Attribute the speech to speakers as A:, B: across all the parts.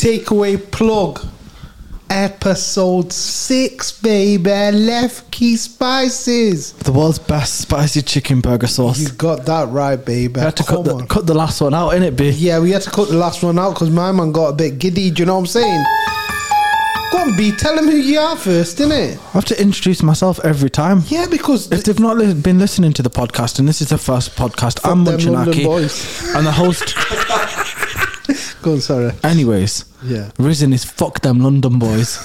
A: takeaway plug. Episode six, baby. Left key spices.
B: The world's best spicy chicken burger sauce.
A: You got that right, baby.
B: we had to
A: Come
B: cut the,
A: on.
B: cut the last one out, innit, B?
A: Yeah, we had to cut the last one out because my man got a bit giddy. Do you know what I'm saying? Go on, B. Tell him who you are first, innit?
B: I have to introduce myself every time.
A: Yeah, because
B: If they've not li- been listening to the podcast, and this is the first podcast, I'm
A: them London
B: Munchinaki.
A: boys.
B: And the host,
A: go on, sorry.
B: anyways,
A: Yeah.
B: Risen is fuck them London boys.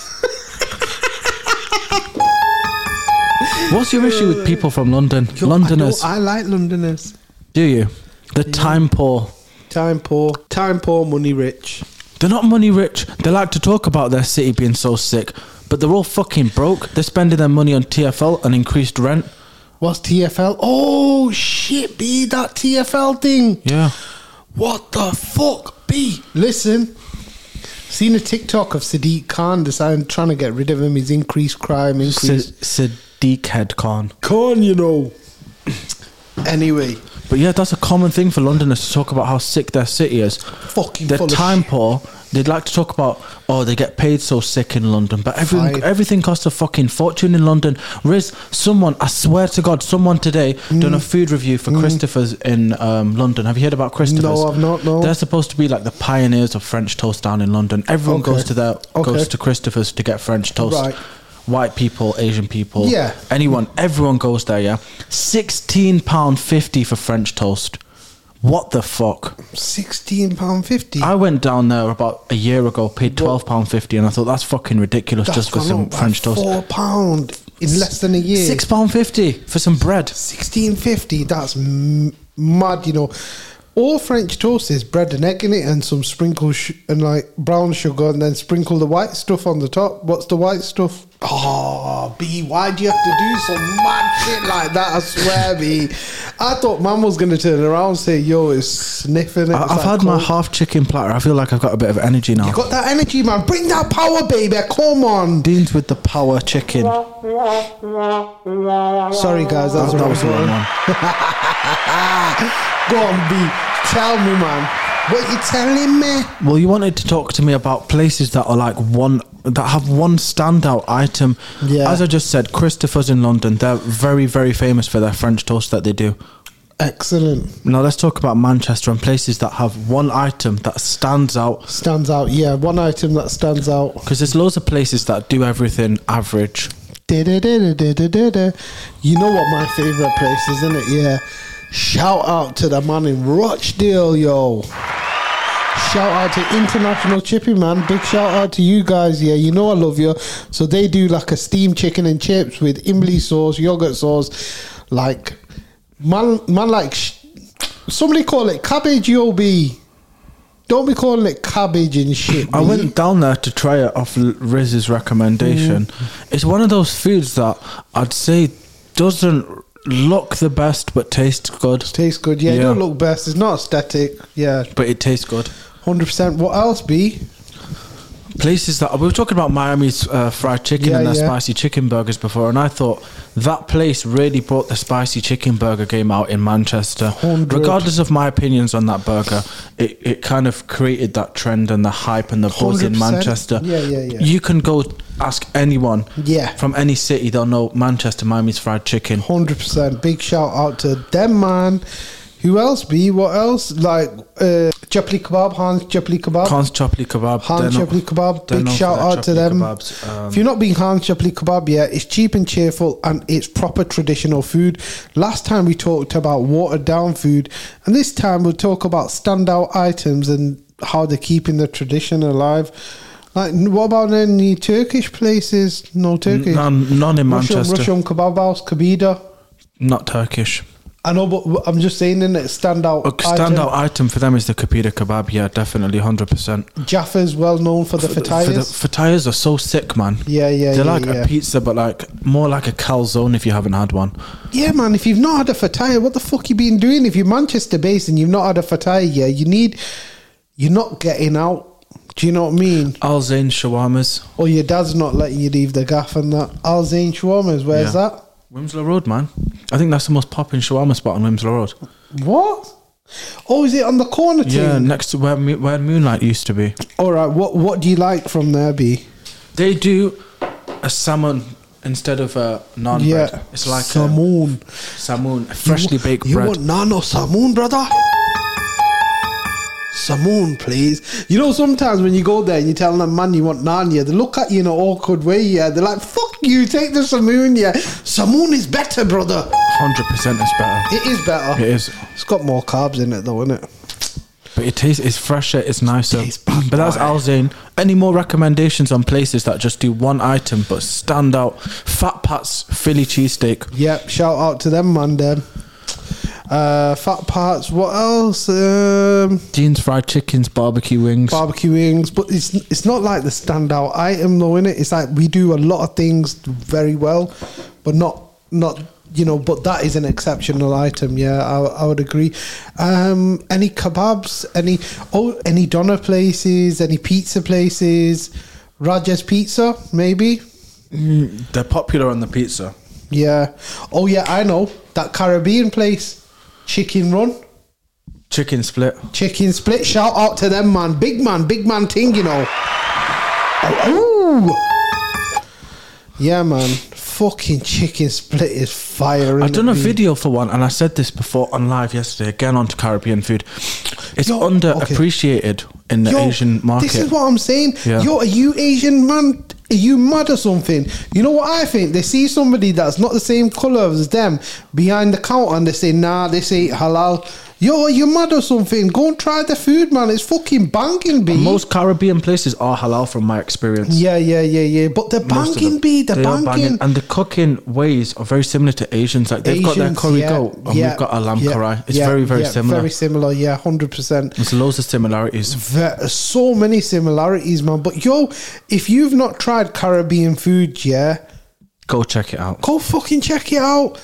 B: What's your issue with people from London? Londoners,
A: I, don't- I like Londoners.
B: do you? The time poor.
A: Time poor, time poor, money rich.
B: They're not money rich. They like to talk about their city being so sick, but they're all fucking broke. They're spending their money on TFL and increased rent.
A: What's TFL? Oh shit, B. That TFL thing.
B: Yeah.
A: What the fuck, B? Listen, seen a TikTok of Sadiq Khan deciding trying to get rid of him. He's increased crime, increased
B: Sadiq head con.
A: Khan, you know. anyway,
B: But yeah, that's a common thing for Londoners to talk about how sick their city is.
A: Fucking
B: They're
A: full of
B: time
A: shit.
B: poor. They'd like to talk about oh they get paid so sick in London, but everything
A: Fine.
B: everything costs a fucking fortune in London. Riz, someone I swear to God, someone today done a
A: Mm.
B: food review for Christopher's in um, London. Have you heard about Christopher's?
A: I've not, no.
B: They're supposed to be like the pioneers of French toast down in London. Everyone
A: Okay.
B: goes to their
A: Okay.
B: goes to Christopher's to get French toast.
A: Right.
B: White people, Asian people,
A: Yeah.
B: anyone, everyone goes there. Yeah, sixteen pound fifty for French toast. What the fuck?
A: sixteen pound fifty.
B: I went down there about a year ago, paid twelve pound fifty, and I thought that's fucking ridiculous just for some French toast.
A: Four pound in less than a year.
B: Six pound fifty for some bread.
A: Sixteen fifty. That's m- mad. You know, all French toast is bread and egg in it, and some sprinkle sh- and like brown sugar, and then sprinkle the white stuff on the top. What's the white stuff? Oh, B, why do you have to do some mad shit like that? I swear, B. I thought Mum was gonna turn around and say, "Yo, it's sniffing." It.
B: I,
A: It's
B: I've
A: like
B: had my
A: cold.
B: half chicken platter. I feel like I've got a bit of energy now.
A: You got that energy, man. Bring that power, baby. Come on.
B: Dean's with the power chicken.
A: Sorry, guys. That was,
B: that was the wrong one.
A: Go on, B. Tell me, man. What you telling me?
B: Well, you wanted to talk to me about places that are like one that have one standout item.
A: Yeah.
B: As I just said, Christopher's in London. They're very, very famous for their French toast that they do.
A: Excellent.
B: Now let's talk about Manchester and places that have one item that stands out
A: stands out. Yeah, one item that stands out.
B: Because there's loads of places that do everything average.
A: Da-da-da-da-da-da-da. You know what my favorite place is, isn't it? Yeah. Shout out to the man in Rochdale, yo. Shout out to International Chippy Man. Big shout out to you guys. Yeah, you know I love you. So they do like a steamed chicken and chips with Imlay sauce, yogurt sauce. Like, man, man, like, sh- somebody call it cabbage, yo, B. Don't be calling it cabbage and shit.
B: I
A: B.
B: went down there to try it off L- Riz's recommendation. It's one of those foods that I'd say doesn't look the best but tastes good.
A: Tastes good. Yeah, it
B: Yeah.
A: don't look best. It's not aesthetic. Yeah,
B: But it tastes good.
A: hundred percent. What else, B?
B: Places that we were talking about Miami's uh, fried chicken
A: Yeah,
B: and their
A: yeah.
B: spicy chicken burgers before, and I thought that place really brought the spicy chicken burger game out in Manchester.
A: 100.
B: Regardless of my opinions on that burger, it, it kind of created that trend and the hype and the buzz in
A: 100%.
B: Manchester.
A: Yeah, yeah, yeah.
B: You can go ask anyone
A: Yeah.
B: from any city, they'll know Manchester Miami's fried chicken.
A: Hundred percent. Big shout out to them, man. Who else, B? What else? Like uh, Chapley Kebab, Hans Chapley Kebab.
B: Khan's Chopley Kebab.
A: Hans
B: they're not-
A: Chapley Kebab,
B: they're
A: big
B: known for
A: shout
B: their
A: out to
B: Chapley
A: them.
B: kebabs, um,
A: if you're not being Hans Chapley Kebab yet, it's cheap and cheerful and it's proper traditional food. Last time we talked about watered down food, and this time we'll talk about standout items and how they're keeping the tradition alive. Like, n- what about any Turkish places? No Turkish.
B: none, none in
A: Russian,
B: Manchester.
A: Russian kebab house, kabida.
B: Not Turkish.
A: I know, but I'm just saying, in it standout.
B: A standout item for them is the kapita kebab. Yeah, definitely, hundred percent.
A: Item. Jaffa's well known for the fatayas.
B: Fatayas are so sick, man.
A: Yeah, yeah,
B: They're
A: yeah,
B: like
A: yeah.
B: a pizza, but like more like a calzone if you haven't had one.
A: Yeah, man, if you've not had a fataya, what the fuck you been doing? If you're Manchester based and you've not had a fataya, yeah, you need, you're not getting out. Do you know what I mean?
B: Al Zain shawarmas.
A: Or your dad's not letting you leave the gaff and that. Al Zain Shawarma's, where's
B: Yeah. Wimslow Road, man. I think that's the most popping shawarma spot on Wimslow Road.
A: that? What? Oh, is it on the corner thing?
B: Yeah, next to where Mo- where Moonlight used to be.
A: All right. What What do you like from there, B?
B: They do a salmon instead of a naan bread. It's like uh, a
A: samoon,
B: salmon, a freshly
A: You wa-
B: baked
A: you
B: bread.
A: want nano samoon, brother? Samoon, please. You know, sometimes when you go there and you tell them, man, you want naan, yeah, they look at you in an awkward way, yeah. They're like, fuck you, take the samoon, yeah. Samoon is better, brother.
B: Hundred percent is better.
A: It is better.
B: It is,
A: It's got more carbs in it, though, isn't it?
B: but it tastes. It's fresher. It's nicer.
A: Tastes bomb,
B: but that's
A: boy.
B: Al Zayn. Any more recommendations on places that just do one item but stand out? Fat Pat's Philly cheesesteak.
A: Yep, shout out to them, man. Them. Uh, fat parts. What else? Um,
B: Dean's fried chickens, barbecue wings.
A: barbecue wings, but it's it's not like the standout item though, innit? It's like we do a lot of things very well, but not not you know. But that is an exceptional item. Yeah, I, I would agree. Um, any kebabs? Any oh any doner places? Any pizza places? Rajas Pizza, maybe.
B: They're popular on the pizza.
A: Yeah. Oh yeah, I know that Caribbean place, Chicken Run.
B: Chicken split.
A: Chicken split. Shout out to them, man. Big man, big man ting, you know. Oh, ooh. Yeah, man. Fucking chicken split is fire.
B: I
A: innit,
B: done a
A: B?
B: video for one, and I said this before on live yesterday. Again, onto Caribbean food, it's
A: Yo,
B: underappreciated in the
A: Yo,
B: Asian market.
A: This is what I'm saying.
B: Yeah.
A: Yo, are you Asian, man? Are you mad or something? You know what I think? They see somebody that's not the same colour as them behind the counter and they say, nah, this ain't halal. Yo, are you mad or something? Go and try the food, man. It's fucking banging, B.
B: Most Caribbean places are halal, from my experience.
A: yeah, yeah, yeah, yeah. But they're
B: Most of
A: banging,
B: them.
A: B. They're
B: They are
A: banging.
B: and the cooking ways are very similar to Asians. Like they've got their
A: Asians,
B: curry
A: yeah,
B: goat, and
A: yeah,
B: we've got our lamb
A: yeah,
B: karai. It's
A: yeah,
B: very, very
A: yeah,
B: similar.
A: Very similar, yeah, hundred percent.
B: There's loads of similarities.
A: So many similarities, man. But yo, if you've not tried Caribbean food, yeah,
B: Go check it out.
A: go fucking check it out.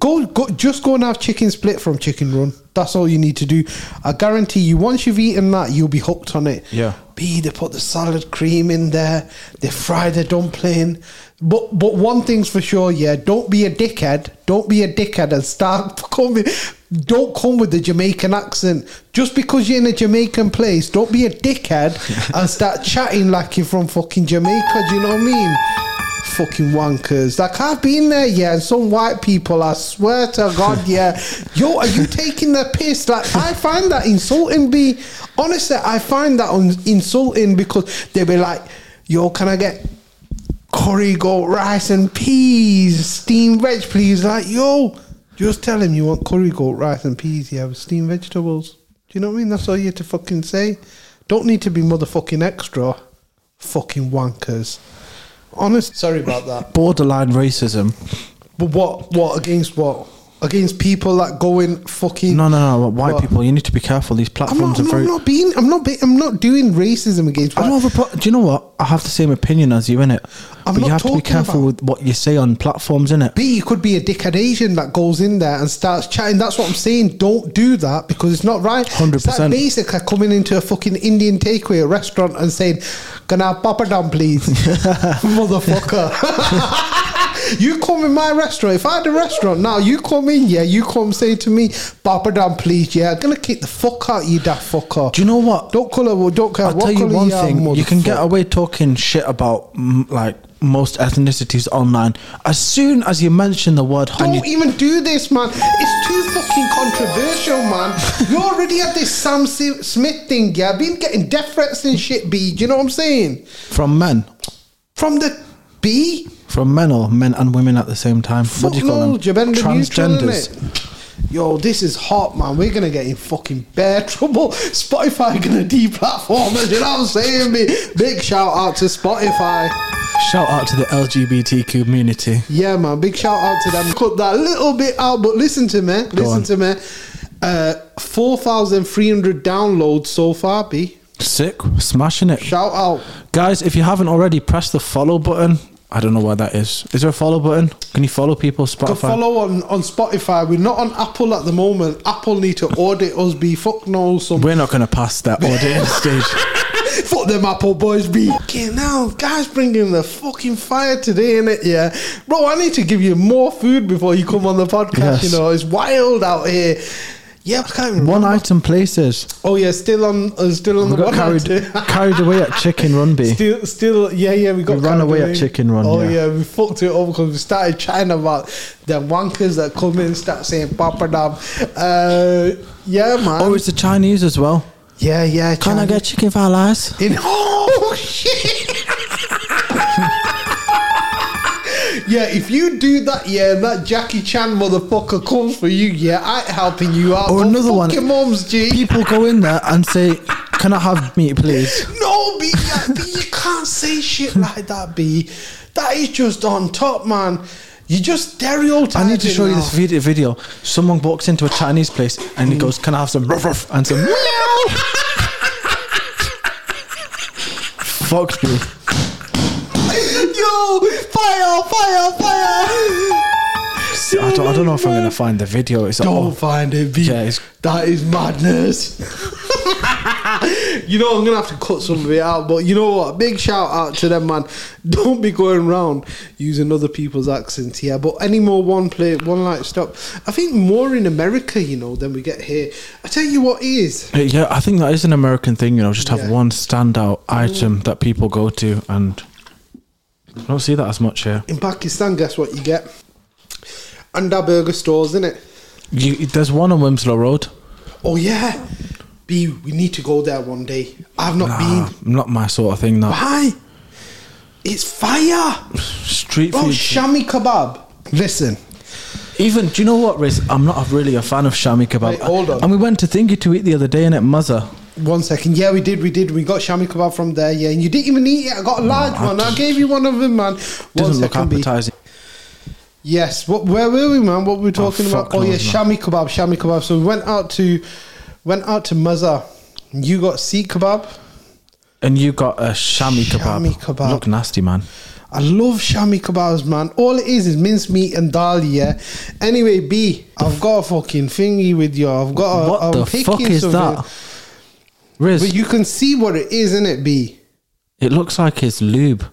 A: Go, go, just go and have chicken split from Chicken Run. That's all you need to do. I guarantee you, once you've eaten that, you'll be hooked on it.
B: Yeah.
A: B, they put the salad cream in there. They fry the dumpling. But but one thing's for sure, yeah, don't be a dickhead. Don't be a dickhead and start coming. Don't come with the Jamaican accent. Just because you're in a Jamaican place, don't be a dickhead and start chatting like you're from fucking Jamaica. Do you know what I mean? Fucking wankers. Like I've been there, yeah, and some white people, I swear to God, yeah. Yo, are you taking the piss? Like I find that insulting, B. Honestly, I find that un- insulting because they be like, yo, can I get curry goat rice and peas, steamed veg, please? Like, yo, just tell him you want curry goat rice and peas, yeah, with steamed vegetables. Do you know what I mean? That's all you have to fucking say. Don't need to be motherfucking extra. Fucking wankers. Honest. Sorry about that.
B: Borderline racism.
A: But what? What against what? Against people that go in fucking.
B: No, no, no. White
A: What?
B: people, you need to be careful. These
A: I'm
B: platforms
A: not. I'm
B: are
A: not,
B: very.
A: I'm not being. I'm not. Be, I'm not doing racism against.
B: I
A: white-
B: don't have a pro- Do you know what? I have the same opinion as you in it,
A: I'm
B: but you
A: not
B: have to be
A: talking
B: careful
A: about-
B: with what you say on platforms in it.
A: B, you could be a dickhead Asian that goes in there and starts chatting. That's what I'm saying. Don't do that because it's not right.
B: 100%.
A: It's like basic coming into a fucking Indian takeaway restaurant and saying, "Can I have papadum, please, motherfucker?" you come in my restaurant. If I had a restaurant now, you come in, yeah, you come say to me, "Papadum, please," yeah, I'm gonna kick the fuck out you, that fucker.
B: Do you know what?
A: Don't um, colour. Don't care.
B: I'll
A: what
B: tell you
A: colour
B: one
A: are,
B: thing: you can get
A: motherfucker.
B: away talking shit about mm, like most ethnicities online. As soon as you mention the word honey,
A: Don't even do this, man. It's too fucking controversial, man. You already had this Sam Si- Smith thing, yeah. Been getting death threats and shit, B. Do you know what I'm saying?
B: from men,
A: From the B.
B: from men or men and women at the same time. what
A: Fuck
B: do you call
A: no,
B: them?
A: gender neutral,
B: Transgenders.
A: innit? Yo, this is hot, man. We're gonna get in fucking bear trouble. Spotify gonna deplatform us. You know what I'm saying, B? Big shout out to Spotify.
B: Shout out to the LGBT community.
A: Yeah, man. Big shout out to them. Cut that little bit out, but listen to me.
B: on.
A: Listen to me. Uh, 4,300 downloads so far, B.
B: Sick, smashing it,
A: Shout out.
B: guys! If you haven't already, press the follow button. I don't know why that is. Is there a follow button? Can you follow people?
A: Go
B: Spotify.
A: follow on, on Spotify. We're not on Apple at the moment. Apple need to audit us, B. Fuck no. Some
B: We're not going to pass that audience stage.
A: Fuck them Apple boys, be fucking hell. Guys, bringing the fucking fire today, innit? Yeah, bro. I need to give you more food before you come on the podcast.
B: Yes.
A: You know, it's wild out here. Yeah, I can't even
B: One
A: remember.
B: item places.
A: Oh yeah, still on, uh, still on
B: We
A: the
B: got
A: one
B: carried
A: item.
B: carried away at Chicken Runby.
A: Still, still, yeah, yeah, we got
B: We ran
A: carried
B: away at Chicken Run,
A: Oh
B: yeah.
A: yeah. we fucked it over because we started chatting about the wankers that come in, and start saying papadam. Uh, yeah, man.
B: Oh, it's the Chinese as well.
A: yeah, yeah.
B: Can I
A: China-
B: get chicken fried rice?
A: in? Oh shit! yeah, if you do that, yeah, that Jackie Chan motherfucker comes for you. Yeah, I ain't helping you out.
B: Or
A: Go
B: Oh, another
A: fuck
B: one.
A: Your mom's G.
B: People go in there and say, "Can I have meat, please?"
A: No, B, yeah, B, you can't say shit like that, B. That is just on top, man. You just stereotype.
B: I need to show you this video. Video. Someone walks into a Chinese place and he goes, "Can I have some ruff ruff and some meow?" Fuck me.
A: Yo, fire, fire, fire.
B: I don't, I don't know if I'm gonna find the video. It's like,
A: Don't
B: oh,
A: find it, B.
B: Yeah, it's-
A: that is madness. you know, I'm gonna have to cut some of it out, but you know what? Big shout out to them, man. Don't be going around using other people's accents here. But any more one play, one light stop. I think more in America, you know, than we get here. I tell you what is.
B: Uh, yeah, I think that is an American thing. You know, just have
A: Yeah.
B: one standout item that people go to, and I don't see that as much here.
A: In Pakistan, guess what you get? Under burger stores, innit?
B: You, there's one on Wimslow Road.
A: Oh yeah. B, we need to go there one day. I've not
B: Ah,
A: been.
B: not my sort of thing. That
A: Why? It's fire.
B: street
A: Bro,
B: food.
A: shami kebab. Listen.
B: Even do you know what, Riz? I'm not really a fan of shami kebab.
A: Wait, hold on.
B: And we went to Thingy to eat the other day, and it Muzza.
A: One second. Yeah, we did. We did. We got shami kebab from there. Yeah, and you didn't even eat it. I got a large
B: I
A: one. I
B: just-
A: gave you one of them, man. One
B: Doesn't look
A: second, B.
B: appetizing.
A: Yes. What? Where were we, man? What were we talking about?
B: fuck
A: Oh yeah,
B: knows,
A: shami kebab. Shami kebab. So we went out to, went out to Mazar. You got seat kebab.
B: And you got a shami kebab.
A: Shami kebab.
B: Look nasty, man.
A: I love shami kebabs, man. All it is is minced meat and dal, yeah. Anyway, B, I've got a fucking thingy with you. I've got a.
B: what
A: Uh, I'm
B: the
A: picking
B: fuck is
A: something.
B: that, Riz?
A: But you can see what it is, innit, B?
B: it looks like it's lube,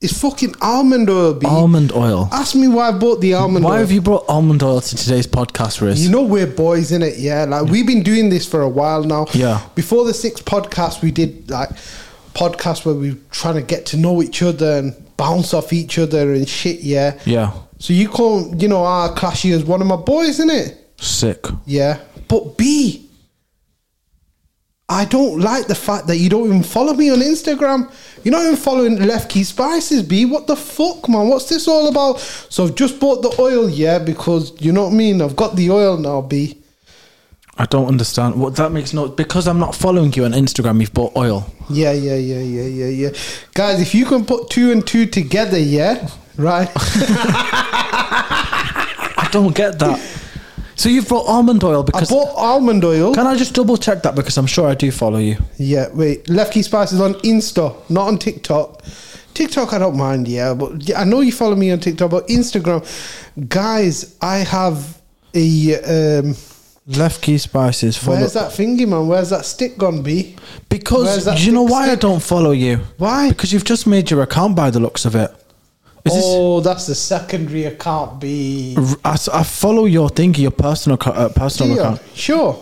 A: It's fucking almond oil, B.
B: almond oil.
A: Ask me why I bought the almond
B: Why
A: oil.
B: have you brought almond oil to today's podcast, Riz?
A: You know we're boys in it, yeah. Like we've been doing this for a while now.
B: Yeah.
A: Before the sixth podcast, we did like podcasts where we were trying to get to know each other and bounce off each other and shit, yeah.
B: yeah,
A: So you call, you know, our Clashy as one of my boys, in it,
B: sick.
A: yeah. But B, I don't like the fact that you don't even follow me on Instagram. You're not even following Left Key Spices, B. What the fuck, man? What's this all about? So I've just bought the oil, yeah, because you know what I mean. I've got the oil now, B.
B: I don't understand what that makes. No, because I'm not following you on Instagram. You've bought oil.
A: Yeah, yeah, yeah, yeah, yeah, yeah. Guys, if you can put two and two together, yeah, right?
B: I don't get that. So you've bought almond oil
A: I
B: because.
A: bought almond oil.
B: Can I just double check that because I'm sure I do follow you.
A: Yeah, wait. Left Key Spices on Insta, not on TikTok. TikTok, I don't mind, yeah, but yeah, I know you follow me on TikTok, but Instagram, guys, I have a. Um,
B: Left key spices follow.
A: where's that thingy, man? Where's that stick gone, B? Where's
B: Because
A: that
B: do you know
A: thick
B: why I
A: stick?
B: don't follow you?
A: Why?
B: Because you've just made your account by the looks of it. Is
A: oh, that's the secondary account, B.
B: this? I, s- I follow your thingy, your personal co- uh, personal
A: Yeah,
B: account.
A: sure.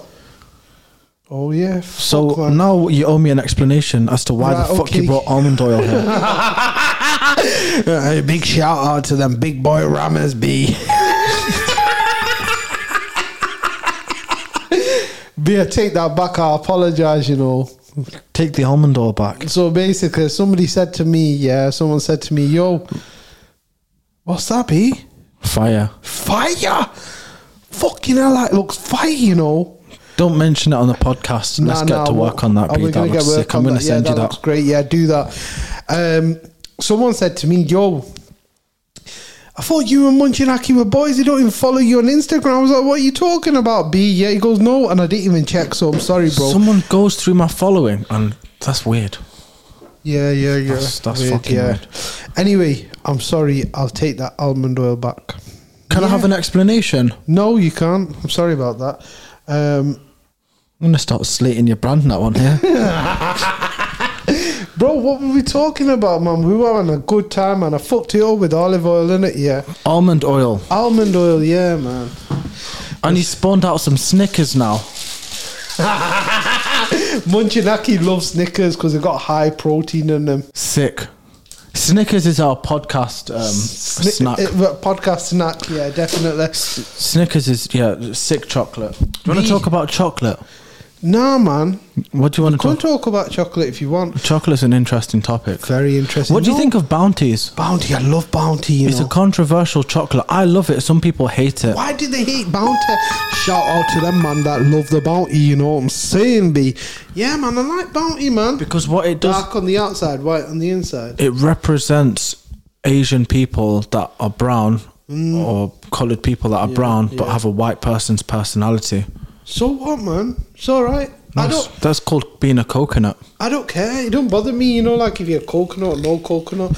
A: Oh, yeah.
B: So
A: fuck, man.
B: now you owe me an explanation as to why
A: Right,
B: the fuck
A: okay.
B: you brought almond oil here.
A: Uh, big shout out to them big boy rammers B. B, I take that back. I apologize, you know.
B: Take the almond oil back.
A: So basically, somebody said to me, yeah, someone said to me, yo, what's that, B?
B: Fire.
A: Fire! Fucking hell, that looks fire, you know.
B: Don't mention it on the podcast. Let's
A: Nah,
B: get
A: nah,
B: to
A: we'll-
B: work on that.
A: are
B: B.
A: we
B: That
A: gonna
B: looks
A: get work
B: sick. I'm
A: on
B: going to
A: that? Yeah,
B: send you
A: Looks
B: that.
A: great. Yeah, do that. Um, someone said to me, "Yo, I thought you and Munchinaki were boys. They don't even follow you on Instagram." I was like, "What are you talking about, B?" Yeah, he goes, "No," and I didn't even check. So I'm sorry, bro.
B: Someone goes through my following, and that's weird.
A: yeah, yeah, yeah.
B: That's- that's fucking weird.
A: Anyway, I'm sorry. I'll take that almond oil back.
B: Can I
A: Yeah.
B: have an explanation?
A: No, you can't. I'm sorry about that. Um,
B: I'm going to start slating your brand now on here.
A: bro, what were we talking about, man? We were having a good time, and I fucked it all with olive oil in it. Yeah.
B: almond oil.
A: Almond oil, yeah, man.
B: And he spawned out some Snickers now.
A: Munchinaki loves Snickers because they got high protein in them.
B: Sick. Snickers is our podcast um,
A: Sni-
B: snack.
A: uh, podcast snack, yeah, definitely.
B: Snickers is yeah, sick chocolate. Do you want
A: Me-
B: to talk about chocolate?
A: Nah, man.
B: What do you want to
A: Go and
B: talk?
A: talk about chocolate if you want.
B: Chocolate's an interesting topic.
A: Very interesting.
B: What do you
A: No,
B: think of bounties?
A: Bounty, I love Bounty. You
B: It's
A: know.
B: a controversial chocolate. I love it. Some people hate it.
A: Why do they hate Bounty? Shout out to them, man, that love the Bounty. You know what I'm saying, B? Yeah, man, I like Bounty, man.
B: Because what it does,
A: Dark on the outside, white on the inside.
B: it represents Asian people that are brown or coloured people that are brown but have a white person's personality.
A: So what, man? It's all right. I
B: That's,
A: don't.
B: that's called being a coconut.
A: I don't care. It don't bother me. You know, like if you're coconut or no coconut.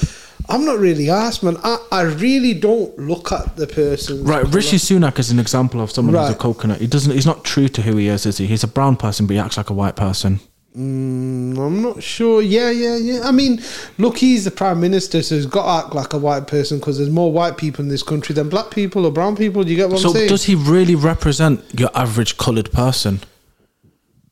A: I'm not really asked, man. I, I really don't look at the person. Mm,
B: Right, Rishi Sunak is an example of someone who's a
A: Right.
B: coconut. He doesn't. He's not true to who he is, is he? He's a brown person, but he acts like a white person.
A: Mm, I'm not sure. Yeah, yeah, yeah. I mean, look, he's the prime minister, so he's got to act like a white person because there's more white people in this country than black people or brown people. Do you get what
B: So
A: I'm saying?
B: does he really represent your average coloured person?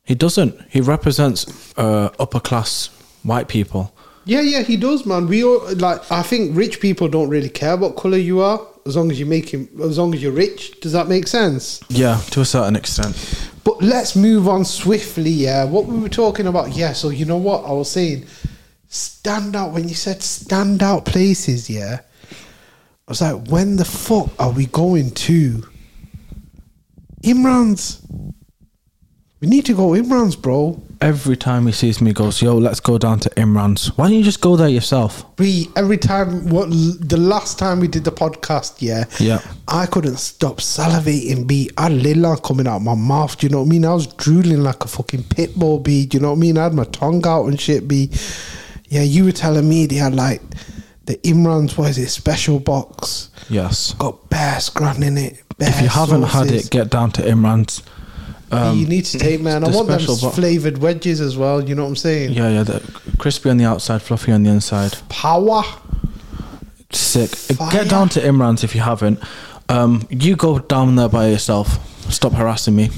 B: He doesn't. He represents uh, upper class white people.
A: yeah, yeah, he does, man. We all like. I think rich people don't really care what color you are as long as you make him. As long as you're rich, does that make sense?
B: Yeah, to a certain extent.
A: But let's move on swiftly. Yeah, what we were talking about. Yeah, so you know what I was saying. Stand out when you said stand out places. Yeah, I was like, when the fuck are we going to Imran's? We need to go Imran's, bro.
B: Every time he sees me, he goes, "Yo, let's go down to Imran's. Why don't you just go there yourself?"
A: We every time what the last time we did the podcast, yeah,
B: Yeah.
A: I couldn't stop salivating. B, I had Lila coming out my mouth. Do you know what I mean? I was drooling like a fucking pit bull. B, do you know what I mean? I had my tongue out and shit. B, yeah, you were telling me they had like the Imran's what is it special box
B: Yes.
A: got bear scran in it. Bear
B: If you haven't had
A: sauces.
B: it, get down to Imran's.
A: you need to take man. I
B: the
A: want them
B: special box.
A: flavored wedges as well. You know what I'm saying?
B: Yeah, yeah. The crispy on the outside, fluffy on the inside.
A: Power.
B: Sick.
A: Fire.
B: Get down to Imran's if you haven't. Um, you go down there by yourself. Stop harassing me.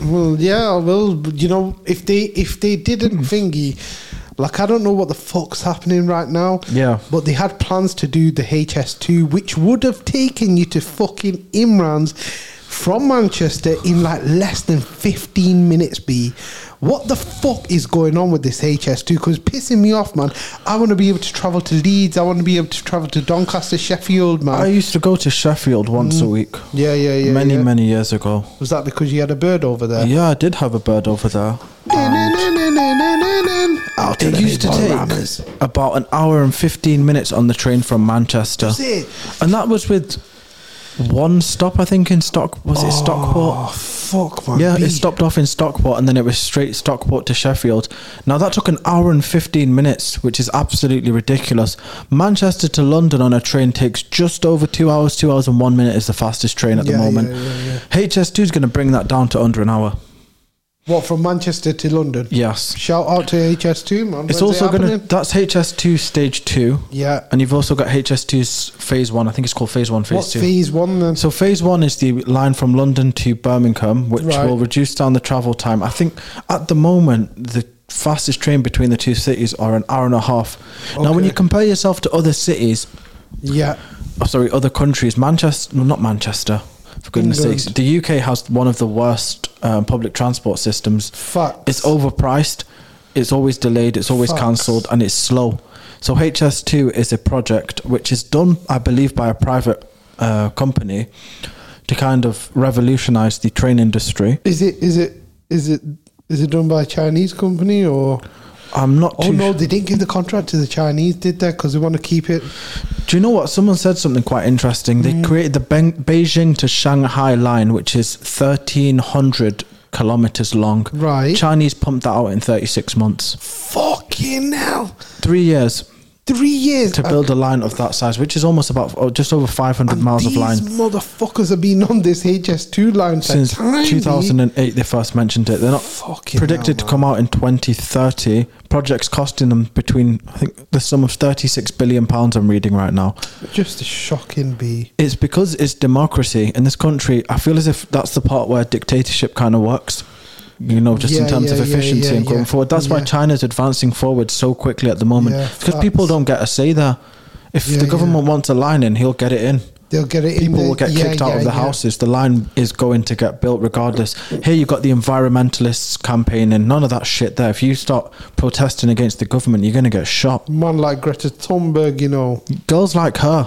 A: Well, yeah, well, but, you know, if they if they
B: Hmm.
A: didn't thingy, like I don't know what the fuck's happening right now.
B: Yeah.
A: But they had plans to do the HS2, which would have taken you to fucking Imran's from Manchester in like less than 15 minutes, B. What the fuck is going on with this HS2? Because pissing me off, man. I want to be able to travel to Leeds. I want to be able to travel to Doncaster, Sheffield, man.
B: I used to go to Sheffield once a week.
A: yeah, yeah, yeah.
B: many,
A: yeah.
B: many years ago.
A: Was that because you had a bird over there?
B: Yeah, I did have a bird over there.
A: Out
B: It used to take about an hour and 15 minutes on the train from Manchester.
A: it?
B: And that was with one stop, I think, in Stock. Was it
A: Oh
B: Stockport?
A: fuck, man!
B: Yeah,
A: B.
B: it stopped off in Stockport and then it was straight Stockport to Sheffield. Now that took an hour and 15 minutes, which is absolutely ridiculous. Manchester to London on a train takes just over two hours. Two hours and one minute is the fastest train at
A: Yeah,
B: the
A: yeah,
B: moment.
A: yeah,
B: HS2 is going to bring that down to under an hour.
A: What from Manchester to London?
B: Yes.
A: Shout out to HS2, man. When's
B: It's
A: it
B: also going to.
A: happening?
B: That's HS2 stage two.
A: Yeah.
B: And you've also got HS2's phase one. I think it's called phase one, phase
A: What's
B: two.
A: phase one then?
B: so phase one is the line from London to Birmingham, which
A: Right.
B: will reduce down the travel time. I think at the moment the fastest train between the two cities are an hour and a half. Now, when
A: Okay.
B: you compare yourself to other cities,
A: Yeah.
B: oh, sorry, other countries, Manchester, no, not Manchester, for goodness
A: England.
B: sakes, the UK has one of the worst um, public transport systems
A: Fuck.
B: it's overpriced, it's always delayed, it's always
A: Fucks.
B: cancelled, and it's slow. So HS2 is a project which is done, I believe, by a private uh, company to kind of revolutionise the train industry.
A: Is it? Is it? Is it? Is it done by a Chinese company or?
B: I'm not
A: Oh
B: too.
A: no, they didn't give the contract to the Chinese, did they? Because they want to keep it.
B: Do you know what? Someone said something quite interesting.
A: Mm.
B: They created the Beng Beijing to Shanghai line, which is 1,300 kilometres long.
A: Right.
B: Chinese pumped that out in 36 months.
A: Fucking hell!
B: Three years.
A: Three years
B: to build a line of that size, which is almost about oh, just over 500
A: Uh, And
B: miles of
A: these
B: line.
A: motherfuckers have been on this HS2 line for
B: Since
A: time,
B: 2008, they first mentioned it. They're not
A: Fucking
B: predicted
A: hell,
B: to come out in 2030. Projects costing them between, I think, the sum of 36 billion pounds. I'm reading right now.
A: Just a shocking bee.
B: It's because it's democracy in this country. I feel as if that's the part where dictatorship kind of works. You know, just in
A: Yeah,
B: terms
A: yeah,
B: of
A: yeah,
B: efficiency
A: yeah,
B: and going
A: yeah.
B: forward. That's why
A: Yeah.
B: China's advancing forward so quickly at the moment
A: Yeah,
B: because people
A: facts.
B: don't get a say there. If
A: Yeah,
B: the
A: yeah.
B: government wants a line in, he'll get it in.
A: They'll get it in
B: People
A: the-
B: will get
A: yeah,
B: kicked out
A: yeah,
B: of the
A: yeah.
B: houses. The line is going to get built regardless. Here you've got the environmentalists campaigning, none of that shit there. If you start protesting against the government, you're going to get shot.
A: Man like Greta Thunberg, you know.
B: Girls like her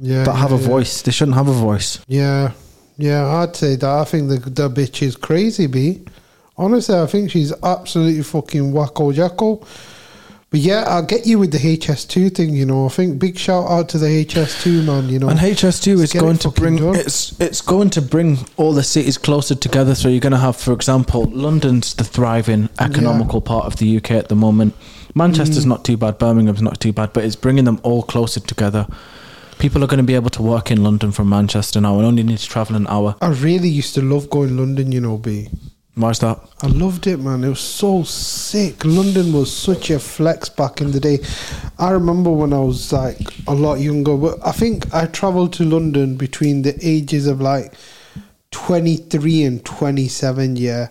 A: Yeah.
B: that have a
A: yeah, yeah.
B: voice, they shouldn't have a voice.
A: Yeah, yeah, I'd say that. I think the the bitch is crazy, b. Honestly, I think she's absolutely fucking wacko jacko. But yeah, I'll get you with the HS2 thing, you know. I think big shout out to the HS2 man, you know.
B: And HS2 is
A: Let's get
B: going
A: it
B: to
A: fucking
B: bring
A: done.
B: it's it's going to bring all the cities closer together. So you're going to have, for example, London's the thriving economical part of the UK at the moment. Manchester's not too bad, Birmingham's not too bad, but it's bringing them all closer together. People are going to be able to work in London from Manchester now and only need to travel an hour.
A: I really used to love going London, you know, b.
B: Why's that?
A: I loved it, man. It was so sick. London was such a flex back in the day. I remember when I was like a lot younger. But I think I traveled to London between the ages of like 23 and 27, yeah.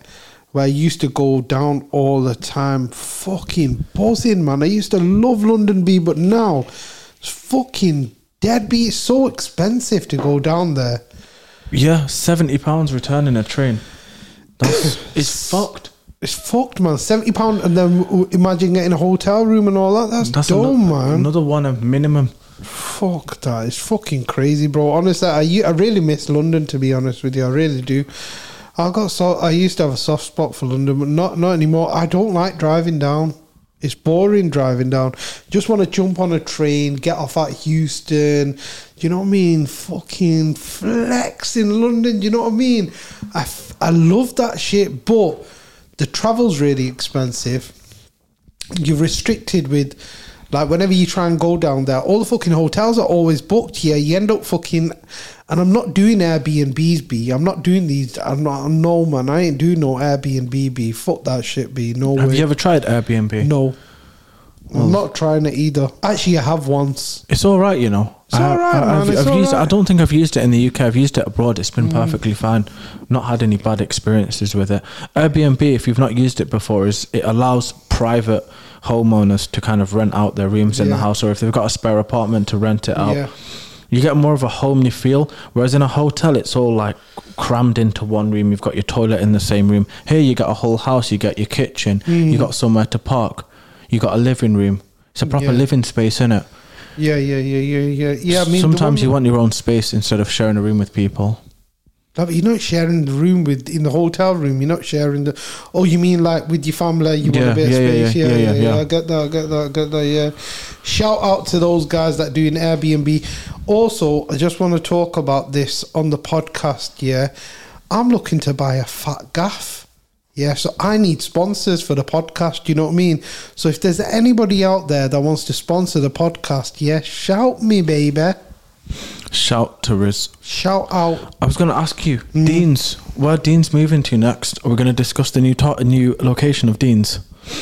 A: Where I used to go down all the time. Fucking buzzing, man. I used to love London B, but now it's fucking deadbeat. It's so expensive to go down there.
B: Yeah, seventy pounds returning a train. That's it's fucked.
A: It's fucked, man. Seventy pound, and then w- imagine getting a hotel room and all that. That's,
B: That's
A: dumb,
B: ano-
A: man.
B: Another one a minimum.
A: Fuck that. It's fucking crazy, bro. Honestly, I u- I really miss London. To be honest with you, I really do. I got so I used to have a soft spot for London, but not not anymore. I don't like driving down. It's boring driving down. Just want to jump on a train, get off at Houston. Do you know what I mean? Fucking flex in London. Do you know what I mean? I, f- I love that shit, but the travel's really expensive you're restricted with like whenever you try and go down there all the fucking hotels are always booked here you end up fucking and i'm not doing airbnbs b i'm not doing these i'm not no man i ain't doing no airbnb b fuck that shit b no
B: Have
A: way
B: you ever Oh. tried Airbnb?
A: no i'm not trying it either actually i have once
B: It's all right, you know.
A: It's all right, man,
B: I've,
A: it's
B: I've
A: all
B: used it. I
A: right. Mm.
B: don't think I've used it in the UK. I've used it abroad. It's been perfectly fine. Not had any bad experiences with it. Airbnb, if you've not used it before, is it allows private homeowners to kind of rent out their rooms in the
A: Yeah.
B: house, or if they've got a spare apartment to rent it out.
A: Yeah.
B: You get more of a homely feel, whereas in a hotel, it's all like crammed into one room. You've got your toilet in the same room. Here, you got a whole house. You get your kitchen.
A: Mm.
B: You got somewhere to park. You got a living room. It's a proper
A: Yeah.
B: living space, isn't it?
A: yeah yeah yeah yeah yeah yeah i mean the
B: sometimes
A: one-
B: you want your own space instead of sharing a room with people.
A: No, but you're not sharing the room with in the hotel room. You're not sharing the. Oh, you mean like with your family? You want
B: Yeah,
A: a bit
B: yeah,
A: of
B: yeah,
A: space?
B: yeah,
A: Yeah yeah,
B: yeah,
A: yeah,
B: yeah.
A: I get that. I get that. I get that. Yeah. Shout out to those guys that do an Airbnb. Also, I just want to talk about this on the podcast. Yeah, I'm looking to buy a fat gaff. Yeah, so I need sponsors for the podcast. You know what I mean? So if there's anybody out there that wants to sponsor the podcast, yeah, shout me, baby.
B: Shout to Riz.
A: Shout out.
B: I was going to ask you,
A: Mm.
B: Dean's. Where Dean's moving to next? Are we going to discuss the new ta- new location of Dean's?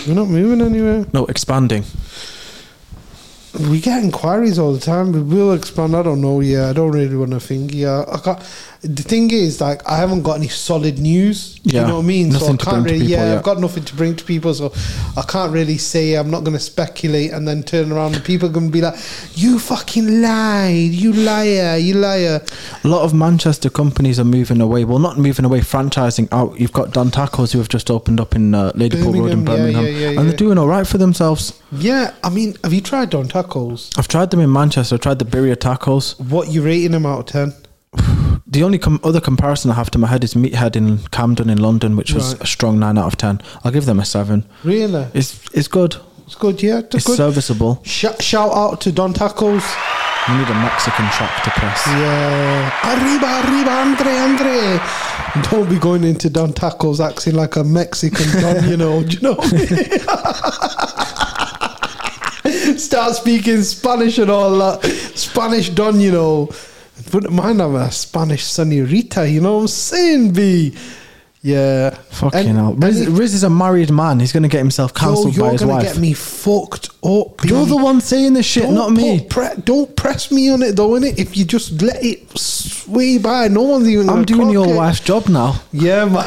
A: We're not moving anywhere.
B: No, expanding.
A: We get inquiries all the time. We will expand. I don't know. Yeah, I don't really want to think. Yeah, I can't. The thing is, like, I haven't got any solid news.
B: Yeah,
A: you know what I mean.
B: nothing
A: so
B: to
A: I can't
B: bring to
A: really.
B: people
A: Yeah,
B: yet.
A: I've got nothing to bring to people, so I can't really say. I'm not going to speculate and then turn around and people are going to be like, "You fucking lied. You liar. You liar."
B: A lot of Manchester companies are moving away. Well, not moving away, franchising out. You've got Dan Tacos who have just opened up in uh, Ladypool Road
A: Birmingham, yeah,
B: in Birmingham,
A: yeah, yeah,
B: and they're
A: yeah.
B: doing all right for themselves.
A: Yeah, I mean, have you tried Don Tacos?
B: I've tried them in Manchester. I tried the Birria Tacos.
A: What you rating them out of ten?
B: The only com- other comparison I have to my head is Meathead in Camden in London, which was
A: Right.
B: a strong nine out of ten. I'll give them a seven.
A: Really?
B: It's it's good.
A: It's good. Yeah, it's
B: It's
A: good.
B: serviceable.
A: Sh- shout out to Don Tacos.
B: We need a Mexican track to press.
A: Yeah. Arriba, arriba, Andre, Andre. Don't be going into Don Tacos acting like a Mexican Don, you know. Do you know what I mean? Start speaking Spanish and all that. Spanish done, you know. Wouldn't mind having a Spanish senorita, you know what I'm saying, B? Yeah.
B: Fucking
A: And-
B: hell. Riz, Riz is a married man. He's going to get himself
A: Yo,
B: cancelled by
A: you're
B: his
A: gonna
B: wife.
A: get me fucked up. B.
B: You're the one saying this shit,
A: Don't
B: not me.
A: put Pre- don't press me on it though, innit? If you just let it sway by, no one's even.
B: I'm
A: gonna
B: doing
A: clock
B: your
A: it.
B: wife's job now.
A: Yeah, man.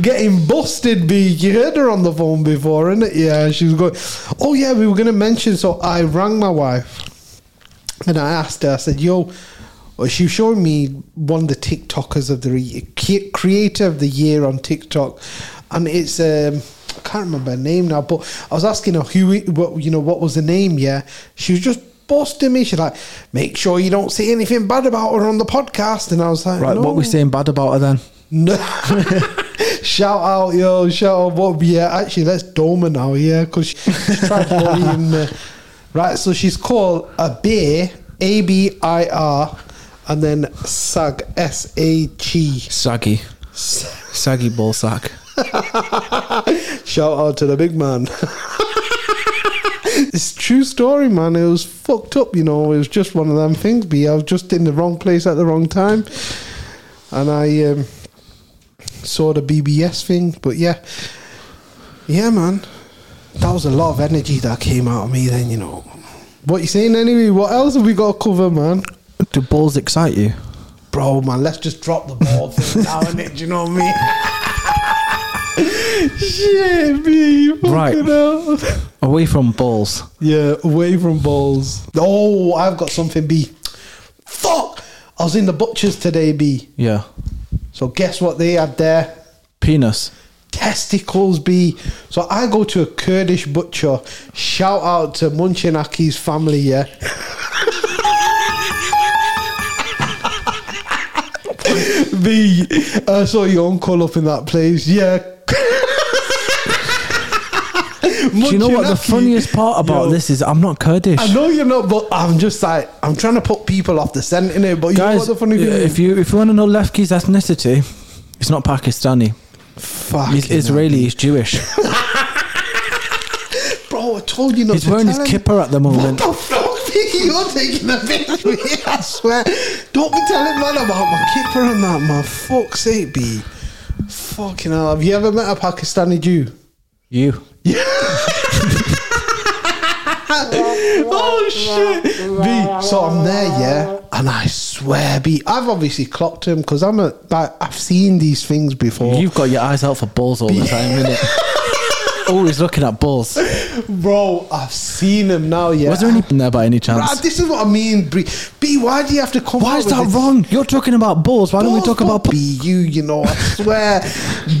A: Getting busted, B. You heard her on the phone before, innit? Yeah, she was going, Oh, yeah, we were going to mention. So I rang my wife and I asked her, I said, Yo, well, she was showing me one of the TikTokers of the re- Cre- creator of the year on TikTok. And it's, um, I can't remember her name now, but I was asking her who, it, what, you know, what was the name, yeah? She was just busting me. She's like, Make sure you don't say anything bad about her on the podcast. And I was like,
B: Right,
A: no.
B: what we saying bad about her then?
A: No. shout out, yo. Shout out, Bob. Yeah, actually, let's dome her now, yeah, because she's trying to bully him there. Right, so she's called a bear, A B I R, and then Sag, S A G.
B: Saggy. Saggy ball sack.
A: Shout out to the big man. it's a true story, man. It was fucked up, you know. It was just one of them things. Be I was just in the wrong place at the wrong time, and I um, saw the BBS thing. But yeah, yeah, man. That was a lot of energy that came out of me. Then you know, what you saying anyway? What else have we got to cover, man?
B: Do balls excite you?
A: Bro, man, let's just drop the ball thing now, innit? Do you know what I mean? Shit, me. fucking
B: Right.
A: hell.
B: Away from balls.
A: Yeah, away from balls. Oh, I've got something, B. Fuck! I was in the butcher's today, B.
B: Yeah.
A: So guess what they had there?
B: Penis.
A: Testicles, B. So I go to a Kurdish butcher. Shout out to Munchinaki's family, yeah? B, I saw your uncle up in that place, yeah.
B: Do you know what the funniest part about this is? I'm not Kurdish.
A: I know you're not, but I'm just like I'm trying to put people off the scent in it. But you know what
B: Guys, uh,
A: the funny thing
B: if
A: is?
B: you if you want to know Lefky's ethnicity, he's not Pakistani.
A: Fuck,
B: He's Israeli. He's Jewish.
A: bro. I told you not.
B: He's
A: to
B: wearing his
A: tell him.
B: kippah at the
A: What
B: moment.
A: the fuck? Vicky? You're taking the piss with me. I swear. Don't be telling man about my kippah and that, man. Fuck's sake, B. Fucking hell. Have you ever met a Pakistani Jew?
B: You.
A: Oh shit, B. So I'm there, yeah, and I swear, B. I've obviously clocked him because I'm a. Like, I've seen these things before.
B: You've got your eyes out for balls all the time, innit? Always looking at balls.
A: Bro, I've seen him now, yeah.
B: Was there anything there by any
A: Ah,
B: chance?
A: this is what I mean, B. B, why do you have to come?
B: Why
A: out
B: is
A: with
B: that
A: this?
B: wrong? You're talking about balls. Why don't we talk
A: Balls,
B: about
A: but B? You, you know, I swear,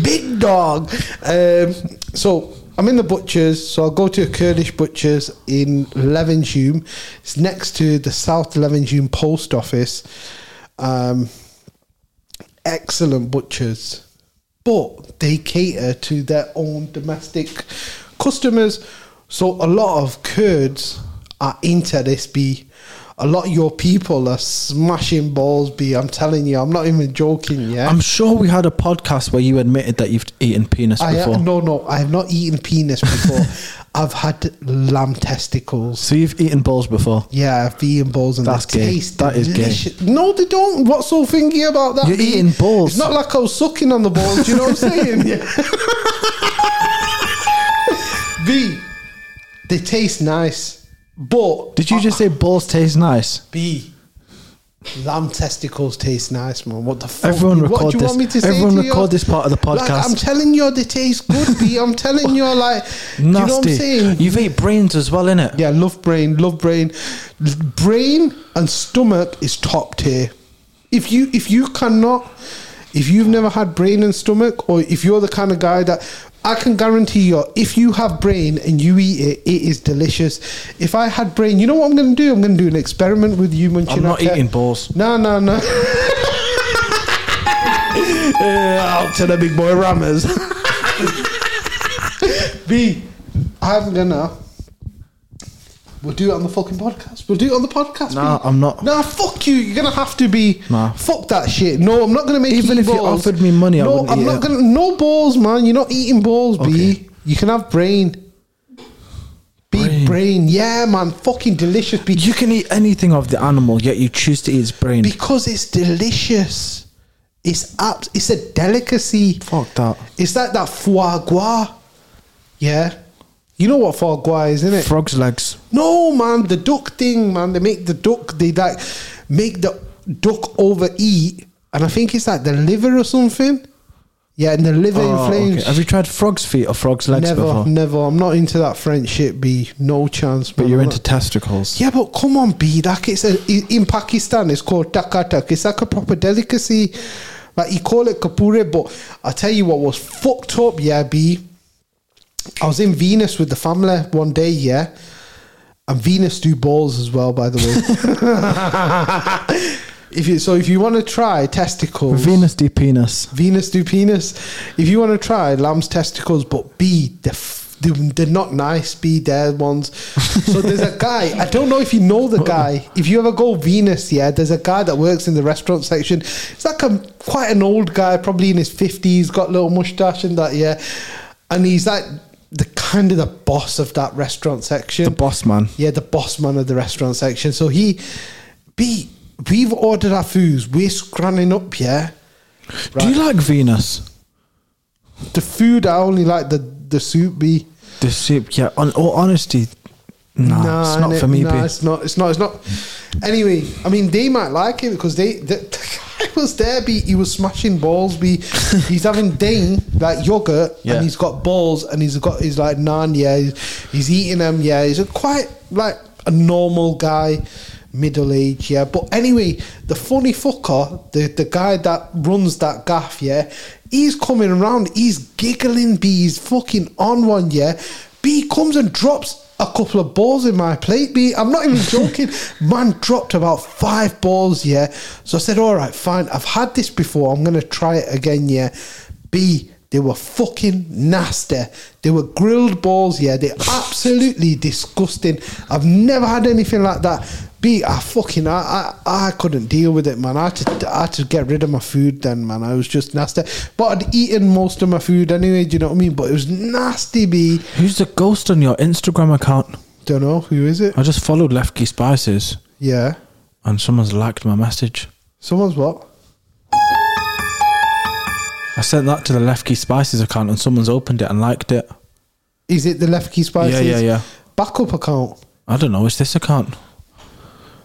A: big dog. Um, so I'm in the butchers. So I'll go to a Kurdish butchers in Levenshulme. It's next to the South Levenshulme post office. Um, excellent butchers, but they cater to their own domestic customers. So a lot of Kurds are into this. Be a lot of your people are smashing balls. Be I'm telling you, I'm not even joking. Yeah,
B: I'm sure we had a podcast where you admitted that you've eaten penis
A: I
B: before.
A: no no, I have not eaten penis before. I've had lamb testicles.
B: So you've eaten balls before.
A: Yeah, vegan balls and
B: That's
A: they
B: gay.
A: taste
B: That is gay.
A: delicious. No, they don't. What's so thingy about that?
B: You're
A: B?
B: eating balls.
A: It's not like I was sucking on the balls. Do you know what I'm saying? Yeah. B, they taste nice, but
B: Did you just say balls taste nice?
A: B, lamb testicles taste nice, man. What the fuck?
B: Everyone
A: what
B: record
A: do you want me
B: this.
A: to say
B: Everyone
A: to
B: record
A: you?
B: this part of the
A: Like,
B: podcast.
A: I'm telling you, they taste good, B. I'm telling you, like, do you know what I'm
B: Nasty.
A: saying?
B: have ate brains as well, innit?
A: Yeah, love brain, love brain. Brain and stomach is top tier. If you if you cannot if you've never had brain and stomach, or if you're the kind of guy that I can guarantee you, if you have brain and you eat it, it is delicious. If I had brain, you know what I'm going to do? I'm going to do an experiment with you, Munchkin.
B: I'm not eating balls.
A: No, no, no. Yeah, out to the big boy rammers. B, I'm gonna. We'll do it on the fucking podcast. We'll do it on the podcast.
B: Nah,
A: B.
B: I'm not.
A: Nah, fuck you. You're gonna have to be.
B: Nah.
A: Fuck that shit. No, I'm not gonna make.
B: Even
A: eat
B: if you
A: balls.
B: offered me money, I
A: no,
B: wouldn't
A: I'm
B: eat
A: not
B: it.
A: gonna. No balls, man. You're not eating balls,
B: Okay.
A: B. You can have brain.
B: brain.
A: brain. Yeah, man, fucking delicious. Be-
B: You can eat anything of the animal, yet you choose to eat its brain.
A: because it's delicious. It's up. It's a delicacy.
B: Fuck that.
A: It's like that foie gras. Yeah, you know what foie gras is, isn't it?
B: Frog's legs.
A: No, man, the duck thing, man. They make the duck. They like make the duck overeat, and I think it's like the liver or something. Yeah, and the liver
B: Oh,
A: inflames.
B: okay. Have you tried frog's feet or frog's legs
A: never,
B: before?
A: never. I'm not into that French shit. B, no chance.
B: But
A: man.
B: you're
A: I'm
B: into
A: not-
B: testicles.
A: yeah, but come on, B. Like it's a, i- in Pakistan, it's called takatak. It's like a proper delicacy. Like you call it kapure, but I tell you what was fucked up, yeah, B. I was in Venus with the family one day, yeah. And Venus do balls as well, by the way. if you so if you want to try testicles
B: Venus de penis.
A: Venus do penis. If you want to try lamb's testicles, but B, they're, f- they're- they're not nice, B, they're ones. So there's a guy, I don't know if you know the guy. If you ever go Venus, yeah, there's a guy that works in the restaurant section. It's like a, quite an old guy, probably in his 50s, got a little mustache and that, yeah. And he's like the kind of the boss of that restaurant section.
B: The boss man.
A: Yeah, the boss man of the restaurant section. So he, B, we've ordered our foods. We're scranning up, yeah.
B: Do you like Venus?
A: The food, I only like the the soup. B.
B: The soup, yeah. On all honesty, nah, it's not
A: innit?
B: for me,
A: Nah,
B: B.
A: it's not. It's not. It's not. Anyway, I mean, they might like it because they. The, the guy was there. B. He was smashing balls. B. he's having Dane like yogurt,
B: Yeah.
A: and he's got balls, and he's got he's like naan. Yeah, he's, he's eating them. Yeah, he's a quite like a normal guy. Middle age, yeah. But anyway, the funny fucker, the, the guy that runs that gaff, yeah, he's coming around, he's giggling, B, he's fucking on one, yeah. B comes and drops a couple of balls in my plate, B. I'm not even joking. Man dropped about five balls, yeah. So I said, all right, fine. I've had this before. I'm going to try it again, yeah. B, they were fucking nasty. They were grilled balls, yeah. They're absolutely disgusting. I've never had anything like that. B, I fucking, I, I, I couldn't deal with it, man. I had, to, I had to get rid of my food then, man. I was just nasty. But I'd eaten most of my food anyway, do you know what I mean? But it was nasty, B.
B: Who's the ghost on your Instagram account?
A: Don't know, who is it?
B: I just followed Lefty Spices
A: Yeah.
B: and someone's liked my message.
A: Someone's what?
B: I sent that to the Lefty Spices account and someone's opened it and liked it.
A: Is it the Lefty Spices?
B: Yeah, yeah, yeah.
A: Backup account.
B: I don't know, it's this account.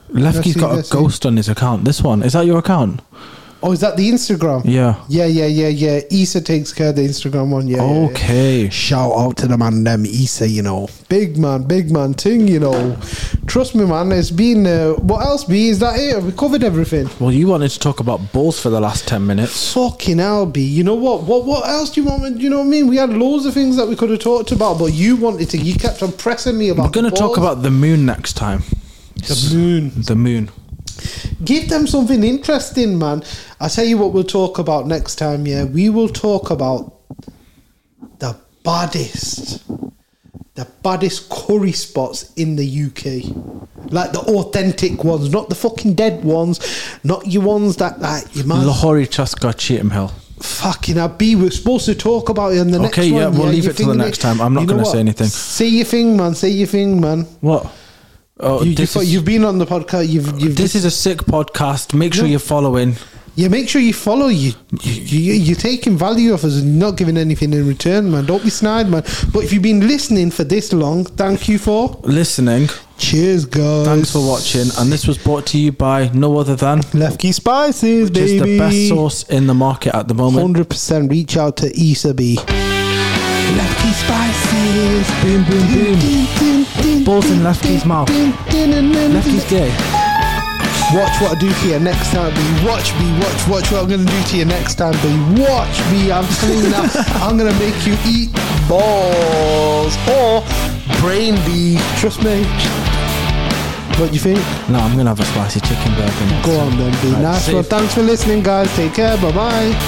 B: Lefty's
A: see,
B: got a
A: let's see.
B: ghost on his account. This one. Is that your account?
A: Oh, is that the Instagram?
B: Yeah.
A: Yeah, yeah, yeah, yeah. Issa takes care of the Instagram one. Yeah. yeah, yeah.
B: Okay.
A: Shout out to the man, them Issa, you know. Big man, big man, ting, you know. Trust me, man. It's been. Uh, what else, B? Is that it? Have we covered everything?
B: Well, you wanted to talk about balls for the last 10 minutes.
A: Fucking hell, B. You know what? What what else do you want? You know what I mean? We had loads of things that we could have talked about, but you wanted to. You kept on pressing me about.
B: We're going
A: the
B: to talk
A: balls.
B: about the moon next time.
A: the moon.
B: The moon.
A: Give them something interesting, man. I tell you what, we'll talk about next time. Yeah, we will talk about the baddest, the baddest curry spots in the UK, like the authentic ones, not the fucking dead ones, not your ones that like you man.
B: Lahori Chaska Cheatham Hill.
A: Fucking I be we're supposed to talk about it in the next
B: Okay,
A: one.
B: yeah, we'll leave
A: you
B: it till the
A: thinking
B: next time. I'm not
A: You know
B: gonna
A: what?
B: say anything.
A: Say your thing, man. Say your thing, man.
B: What? Oh,
A: you, you,
B: this,
A: thought-
B: is,
A: you've been on the podcast. You've you've
B: this is a sick podcast. Make sure
A: No.
B: you're following.
A: Yeah, make sure you follow. You, you, you you're taking value off us and not giving anything in return, man. Don't be snide, man. But if you've been listening for this long, thank you for.
B: listening.
A: Cheers, guys.
B: Thanks for watching. And this was brought to you by no other than
A: Lefty Spices,
B: just
A: baby.
B: the best source in the market at the moment.
A: Hundred percent. Reach out to Issa B. Lefty Spices.
B: Boom, boom, boom. Balls in Lefty's mouth. Lefty's
A: Lefty's
B: gay.
A: Watch what I do to you next time, B. Watch me, watch, watch what I'm gonna do to you next time, B. Watch me, I'm telling you now, I'm gonna make you eat balls or brain B. Trust me. What do you think?
B: No, I'm gonna have a spicy chicken burger. next
A: Go
B: time.
A: on then, B.
B: Right,
A: nice
B: safe.
A: one. Thanks for listening, guys. Take care. Bye bye.